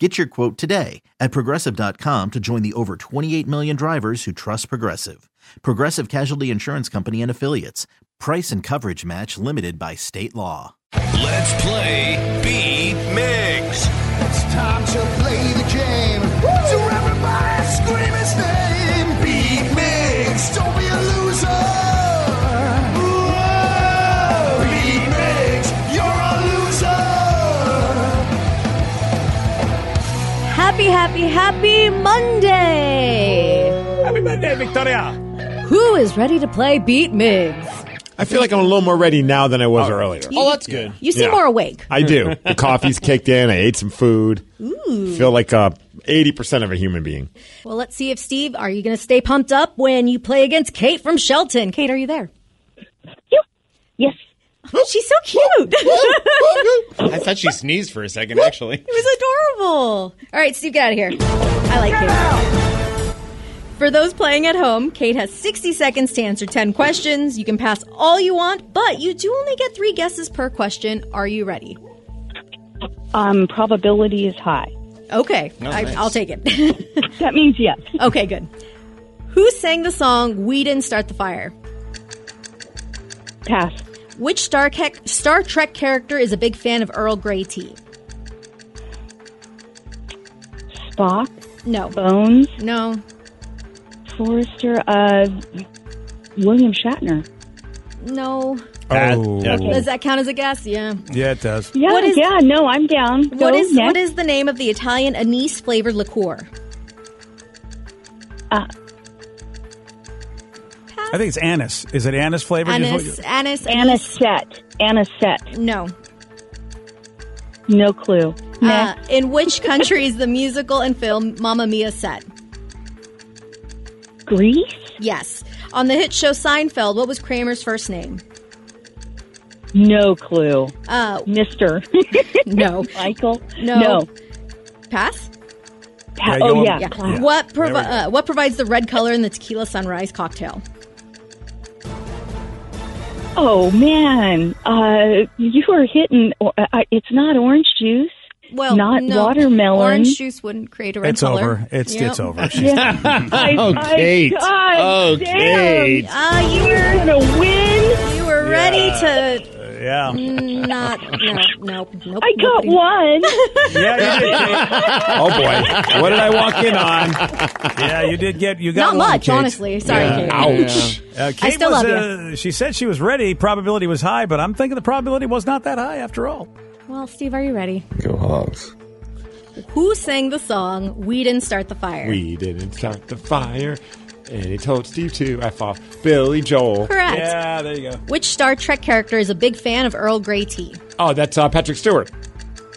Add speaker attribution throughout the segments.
Speaker 1: Get your quote today at progressive.com to join the over 28 million drivers who trust Progressive. Progressive Casualty Insurance Company and Affiliates. Price and coverage match limited by state law.
Speaker 2: Let's play B Migs.
Speaker 3: It's time to play the game. So everybody scream his name. Beat Mix. Don't be a loser. Whoa. Beat Mix. You're a loser.
Speaker 4: Happy, happy, happy Monday!
Speaker 5: Happy birthday, Victoria!
Speaker 4: Who is ready to play Beat Migs?
Speaker 6: I feel like I'm a little more ready now than I was earlier.
Speaker 4: Oh, that's good. You seem more awake.
Speaker 6: I do. The coffee's kicked in. I ate some food. Feel like a eighty percent of a human being.
Speaker 4: Well, let's see if Steve, are you going to stay pumped up when you play against Kate from Shelton? Kate, are you there? Oh,
Speaker 7: Yes.
Speaker 4: She's so cute. it
Speaker 5: I thought she sneezed for a second, actually.
Speaker 4: was adorable. All right, Steve, get out of here. I like Kate. For those playing at home, Kate has 60 seconds to answer 10 questions. You can pass all you want, but you do only get three guesses per question. Are you ready?
Speaker 7: Um, probability is high.
Speaker 4: Okay, I,
Speaker 5: Oh, nice.
Speaker 4: I'll take it.
Speaker 7: That means yes.
Speaker 4: Okay, good. Who sang the song We Didn't Start the Fire?
Speaker 7: Pass.
Speaker 4: Which Star, Ke- Star Trek character is a big fan of Earl Grey tea?
Speaker 7: Spock,
Speaker 4: No.
Speaker 7: Bones,
Speaker 4: No.
Speaker 7: Forrester, uh, William Shatner.
Speaker 4: No.
Speaker 6: Oh,
Speaker 4: Does that count as a guess? Yeah.
Speaker 8: Yeah, it does.
Speaker 7: Yeah,
Speaker 4: What is-
Speaker 7: yeah, no, I'm down.
Speaker 4: What
Speaker 7: Go
Speaker 4: is
Speaker 7: next.
Speaker 4: what is the name of the Italian anise flavored liqueur?
Speaker 7: Uh,
Speaker 8: I think it's anise. Is it anise flavored? Is what
Speaker 4: Anise. Anise. Anise.
Speaker 7: Anisette. Anisette.
Speaker 4: No.
Speaker 7: No clue.
Speaker 4: Uh,
Speaker 7: Next.
Speaker 4: in which country is the musical and film Mamma Mia set?
Speaker 7: Greece?
Speaker 4: Yes. On the hit show Seinfeld, what was Kramer's first name?
Speaker 7: No clue.
Speaker 4: Uh,
Speaker 7: Mister.
Speaker 4: no.
Speaker 7: Michael?
Speaker 4: No. Pass.
Speaker 7: Pa-
Speaker 8: Yeah,
Speaker 7: oh,
Speaker 8: you'll-
Speaker 7: yeah.
Speaker 4: Yeah.
Speaker 8: Yeah.
Speaker 4: What
Speaker 8: There we
Speaker 4: provi- uh, what provides the red color in the tequila sunrise cocktail?
Speaker 7: Oh, man. Uh, you are hitting. Or, uh, it's not orange juice.
Speaker 4: Well,
Speaker 7: Not
Speaker 4: no.
Speaker 7: watermelon.
Speaker 4: Orange juice wouldn't create a red
Speaker 8: It's
Speaker 4: color.
Speaker 8: over. It's
Speaker 4: Yep.
Speaker 8: it's over. She's
Speaker 7: Yeah. I,
Speaker 5: Oh,
Speaker 7: I-
Speaker 5: Kate.
Speaker 7: God
Speaker 5: Oh,
Speaker 7: damn.
Speaker 5: Kate.
Speaker 4: Uh, you
Speaker 7: You're
Speaker 4: were
Speaker 7: gonna win.
Speaker 4: you were ready to
Speaker 8: yeah.
Speaker 4: not no no nope.
Speaker 7: I got
Speaker 4: nobody-
Speaker 7: one.
Speaker 8: Yeah, you did. Kate.
Speaker 6: oh boy, what did I walk in on?
Speaker 8: Yeah, you did get you got
Speaker 4: Not
Speaker 8: one,
Speaker 4: much,
Speaker 8: Kate.
Speaker 4: honestly. Sorry, Kate.
Speaker 6: Ouch.
Speaker 8: Uh, Kate
Speaker 4: still
Speaker 8: was,
Speaker 4: love
Speaker 8: uh, She said she was ready. Probability was high, but I'm thinking the probability was not that high after all.
Speaker 4: Well, Steve, are you ready?
Speaker 9: Go Hawks.
Speaker 4: Who sang the song "We Didn't Start the Fire"?
Speaker 6: We didn't start the fire, and he told Steve to f off Billy Joel.
Speaker 4: Correct.
Speaker 8: Yeah, there you go.
Speaker 4: Which Star Trek character is a big fan of Earl Grey tea?
Speaker 6: Oh, that's uh, Patrick Stewart.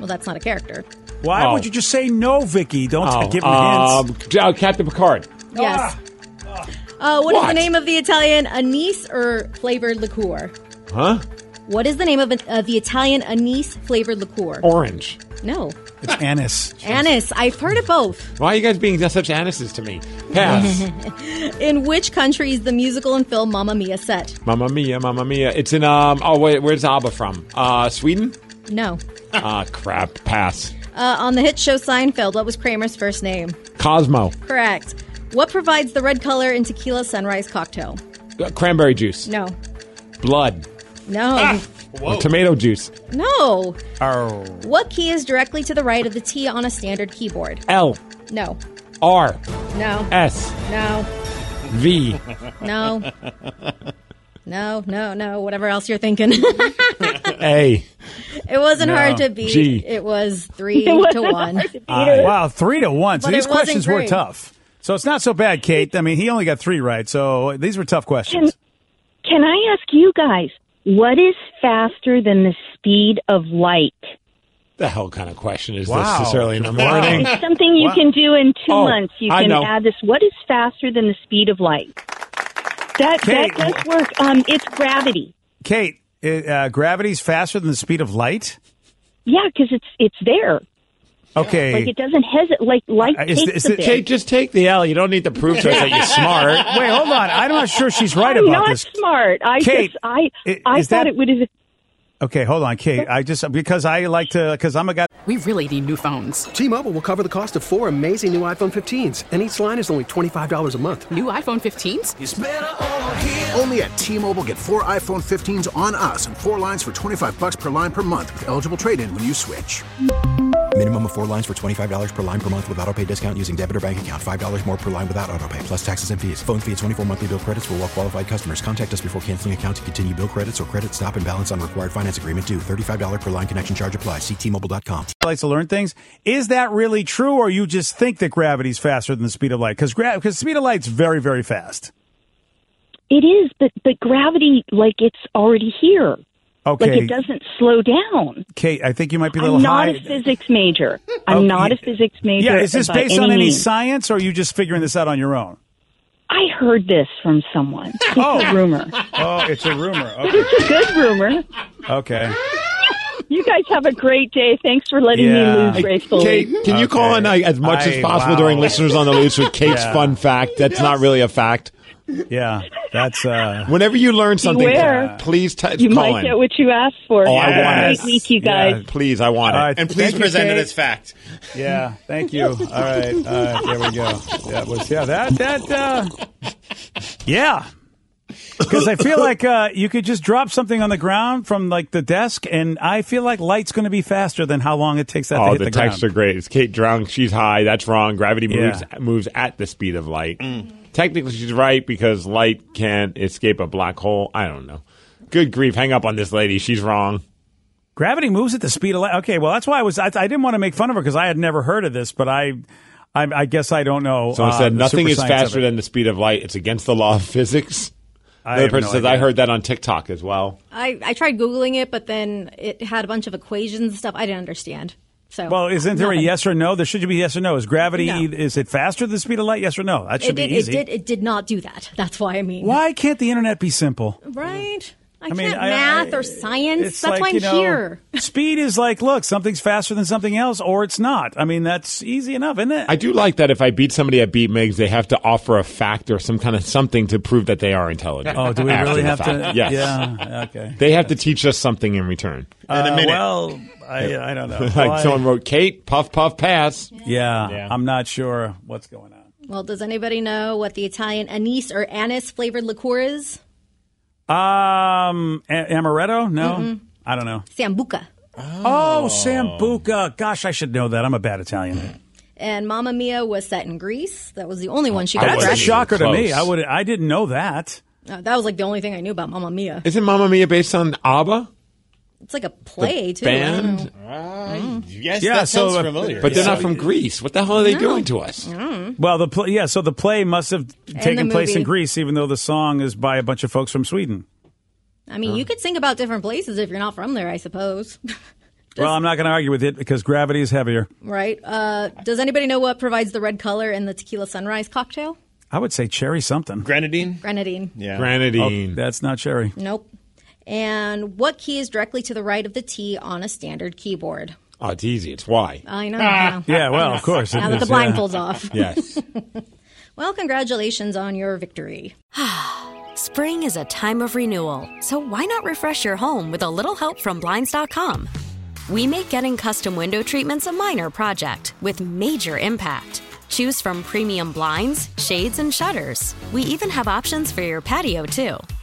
Speaker 4: Well, that's not a character.
Speaker 8: Why
Speaker 6: Oh.
Speaker 8: would you just say no, Vicky? Don't
Speaker 6: Oh,
Speaker 8: give him
Speaker 6: um,
Speaker 8: hints.
Speaker 6: uh, Captain Picard.
Speaker 8: Ah.
Speaker 4: Yes. Uh, what is the
Speaker 6: What?
Speaker 4: name of the Italian anise or flavored liqueur?
Speaker 6: Huh?
Speaker 4: What is the name of, an, of the Italian anise flavored liqueur?
Speaker 6: Orange.
Speaker 4: no.
Speaker 8: It's anise.
Speaker 4: Anise. I've heard of both.
Speaker 6: Why are you guys being such anises to me? Pass.
Speaker 4: In which country is the musical and film Mamma Mia set?
Speaker 6: Mamma mia, mamma mia. It's in um. Oh wait, where's ABBA from? Uh, Sweden.
Speaker 4: No.
Speaker 6: Ah, crap. Pass.
Speaker 4: Uh, on the hit show Seinfeld, what was Kramer's first name?
Speaker 6: Cosmo.
Speaker 4: Correct. What provides the red color in tequila sunrise cocktail?
Speaker 6: Uh, Cranberry juice.
Speaker 4: No.
Speaker 6: Blood.
Speaker 4: No.
Speaker 6: Or Tomato juice.
Speaker 4: No. What key is directly to the right of the T on a standard keyboard?
Speaker 6: L
Speaker 4: No.
Speaker 6: R
Speaker 4: No.
Speaker 6: S
Speaker 4: No.
Speaker 6: V.
Speaker 4: No. No, no, no, whatever else you're thinking.
Speaker 6: A.
Speaker 4: it wasn't hard to beat.
Speaker 6: Gee.
Speaker 4: It was three to one.
Speaker 8: Wow, three to one. So
Speaker 4: But
Speaker 8: these
Speaker 4: it wasn't
Speaker 8: questions
Speaker 4: great.
Speaker 8: were tough. So it's not so bad, Kate. I mean, he only got three right. So these were tough questions.
Speaker 7: Can I ask you guys what is faster than the speed of light?
Speaker 6: The hell kind of question is
Speaker 8: Wow.
Speaker 6: this this early in the morning?
Speaker 7: It's something you can do in two
Speaker 6: Oh,
Speaker 7: months. You
Speaker 6: I
Speaker 7: can
Speaker 6: know.
Speaker 7: add this. What is faster than the speed of light? That,
Speaker 8: Kate,
Speaker 7: that does work. Um, it's gravity.
Speaker 8: Kate, it, uh, gravity's faster than the speed of light.
Speaker 7: Yeah, because it's it's there.
Speaker 8: Okay.
Speaker 7: Like it doesn't hesitate. Like light
Speaker 8: Uh, is
Speaker 7: takes
Speaker 8: th- is
Speaker 7: the
Speaker 8: it-
Speaker 7: big.
Speaker 6: Kate, just take the L. You don't need to prove to us that you're smart.
Speaker 8: Wait, hold on. I'm not sure she's right
Speaker 7: I'm
Speaker 8: about
Speaker 7: not
Speaker 8: this.
Speaker 7: smart. I
Speaker 8: Kate,
Speaker 7: just I
Speaker 8: i-
Speaker 7: I
Speaker 8: is
Speaker 7: thought
Speaker 8: that-
Speaker 7: it would have.
Speaker 8: Okay, hold on, Kate. I just because I like to because I'm a guy.
Speaker 9: We really need new phones.
Speaker 10: T-Mobile will cover the cost of four amazing new iPhone 15s, and each line is only $25 a month.
Speaker 9: New iPhone 15s?
Speaker 3: Only at T-Mobile, get four iPhone 15s on us and four lines for 25 bucks per line per month with eligible trade-in when you switch.
Speaker 10: Minimum of four lines for $25 per line per month with auto pay discount using debit or bank account. $5 more per line without auto pay, plus taxes and fees. Phone fee at 24 monthly bill credits for all well qualified customers. Contact us before canceling account to continue bill credits or credit stop and balance on required finance agreement due. $35 per line connection charge apply. Ctmobile.com.
Speaker 8: likes to learn things. Is that really true, or you just think that gravity's faster than the speed of light? Because gra- because speed of light's very very fast.
Speaker 7: It is, but but gravity like it's already here. Like
Speaker 8: Okay,
Speaker 7: it doesn't slow down.
Speaker 8: Kate, I think you might be a little
Speaker 7: I'm not
Speaker 8: high.
Speaker 7: a physics major. I'm
Speaker 8: Okay.
Speaker 7: not a physics major.
Speaker 8: yeah, is this
Speaker 7: by
Speaker 8: based on any
Speaker 7: means.
Speaker 8: science, or are you just figuring this out on your own?
Speaker 7: I heard this from someone. It's a rumor.
Speaker 8: Oh, it's a rumor.
Speaker 7: But
Speaker 8: Okay.
Speaker 7: it's a good rumor.
Speaker 8: okay.
Speaker 7: You guys have a great day. Thanks for letting
Speaker 8: Yeah.
Speaker 7: me lose gracefully.
Speaker 6: Kate, can you call
Speaker 8: Okay.
Speaker 6: in like, as much
Speaker 8: I-
Speaker 6: as possible
Speaker 8: wow.
Speaker 6: during listeners on the loose with Kate's
Speaker 8: Yeah.
Speaker 6: fun fact? That's not really a fact.
Speaker 8: Yeah, that's uh.
Speaker 6: Whenever you learn something,
Speaker 7: Beware.
Speaker 6: please t-
Speaker 7: you
Speaker 6: call
Speaker 7: might
Speaker 6: in.
Speaker 7: get what you asked for.
Speaker 6: Oh, I
Speaker 7: Have a
Speaker 6: want it.
Speaker 7: great week, you guys.
Speaker 8: Yeah.
Speaker 6: please, I want it.
Speaker 8: All right.
Speaker 5: And please
Speaker 8: Thank you,
Speaker 5: present it
Speaker 8: Kate.
Speaker 5: as fact.
Speaker 8: Yeah, thank you. All right, all right, there we go. That was yeah, that that uh, yeah. Because I feel like uh, you could just drop something on the ground from like the desk, and I feel like light's going to be faster than how long it takes that to
Speaker 6: Oh,
Speaker 8: hit
Speaker 6: the,
Speaker 8: the,
Speaker 6: texts
Speaker 8: ground.
Speaker 6: are great. It's Kate drunk. She's high. That's wrong. Gravity
Speaker 8: Yeah. Mm.
Speaker 6: moves moves at the speed of light. Technically, she's right because light can't escape a black hole. I don't know. Good grief! Hang up on this lady. She's wrong.
Speaker 8: Gravity moves at the speed of light. Okay, well that's why I was I, I didn't want to make fun of her because I had never heard of this, but I I, I guess I don't know.
Speaker 6: Someone
Speaker 8: uh,
Speaker 6: said
Speaker 8: the
Speaker 6: nothing
Speaker 8: super
Speaker 6: is
Speaker 8: science of
Speaker 6: faster
Speaker 8: it.
Speaker 6: than the speed of light. It's against the law of physics.
Speaker 8: I
Speaker 6: Another
Speaker 8: have
Speaker 6: person
Speaker 8: no
Speaker 6: says
Speaker 8: idea.
Speaker 6: I heard that on TikTok as well.
Speaker 4: I, I tried Googling it, but then it had a bunch of equations and stuff I didn't understand. So
Speaker 8: Well, isn't there a
Speaker 4: nothing.
Speaker 8: yes or no? There should be yes or no. Is gravity
Speaker 4: No.
Speaker 8: is it faster than the speed of light? Yes or no? That should
Speaker 4: It did,
Speaker 8: be
Speaker 4: it
Speaker 8: easy.
Speaker 4: did it did not do that. That's why I mean
Speaker 8: Why can't the internet be simple?
Speaker 4: right? I,
Speaker 8: I mean,
Speaker 4: can't
Speaker 8: I-
Speaker 4: math
Speaker 8: I-
Speaker 4: or science.
Speaker 8: it's
Speaker 4: That's
Speaker 8: like,
Speaker 4: why I'm
Speaker 8: you know,
Speaker 4: here.
Speaker 8: Speed is like, look, something's faster than something else, or it's not. I mean, that's easy enough, isn't it?
Speaker 6: I do like that. If I beat somebody at Beat Migs, they have to offer a fact or some kind of something to prove that they are intelligent.
Speaker 8: oh, do we
Speaker 6: after
Speaker 8: really
Speaker 6: the
Speaker 8: have to?
Speaker 6: fact. Yes.
Speaker 8: Yeah. Okay.
Speaker 6: They have to teach us something in return.
Speaker 5: In a
Speaker 8: Uh,
Speaker 5: minute.
Speaker 8: well, I, I don't know.
Speaker 6: like
Speaker 8: Well, I-
Speaker 6: someone wrote, Kate, puff, puff, pass.
Speaker 8: yeah,
Speaker 6: Yeah.
Speaker 8: I'm not sure what's going on.
Speaker 4: Well, does anybody know what the Italian anise or anise flavored liqueur is?
Speaker 8: Um, a- amaretto? No, I don't know.
Speaker 4: Sambuca.
Speaker 8: Oh, sambuca. Gosh, I should know that. I'm a bad Italian.
Speaker 4: And Mamma Mia was set in Greece. That was the only one she got
Speaker 8: Oh, That's a
Speaker 4: correct.
Speaker 6: wasn't even
Speaker 8: shocker to me.
Speaker 6: close.
Speaker 8: I would. I didn't know that.
Speaker 4: Uh, that was like the only thing I knew about Mamma Mia.
Speaker 6: Isn't Mamma Mia based on ABBA?
Speaker 4: It's like a play too. I don't know.
Speaker 6: Band?
Speaker 5: Yes,
Speaker 8: Yeah,
Speaker 5: that
Speaker 8: so,
Speaker 5: sounds
Speaker 8: uh,
Speaker 5: familiar.
Speaker 6: But they're
Speaker 5: Yeah.
Speaker 6: not from Greece. What the hell are they doing to us?
Speaker 8: Well, the play, yeah. So the play must have taken place in
Speaker 4: movie.
Speaker 8: Greece, even though the song is by a bunch of folks from Sweden.
Speaker 4: I mean, you could sing about different places if you're not from there, I suppose.
Speaker 8: Well, I'm not going to argue with it because gravity is heavier.
Speaker 4: right? Uh, does anybody know what provides the red color in the tequila sunrise cocktail?
Speaker 8: I would say cherry something.
Speaker 5: Grenadine?
Speaker 4: Grenadine.
Speaker 5: Yeah.
Speaker 6: Grenadine.
Speaker 8: That's not cherry.
Speaker 4: Nope. And what key is directly to the right of the T on a standard keyboard?
Speaker 6: Oh, it's easy. It's Y.
Speaker 4: I know. now.
Speaker 8: Ah. Yeah, well, of course. it
Speaker 4: Now that the
Speaker 8: is, yeah.
Speaker 4: blindfold's off.
Speaker 6: Yes.
Speaker 4: Well, congratulations on your victory.
Speaker 11: Spring is a time of renewal, so why not refresh your home with a little help from Blinds.com? We make getting custom window treatments a minor project with major impact. Choose from premium blinds, shades, and shutters. We even have options for your patio, too.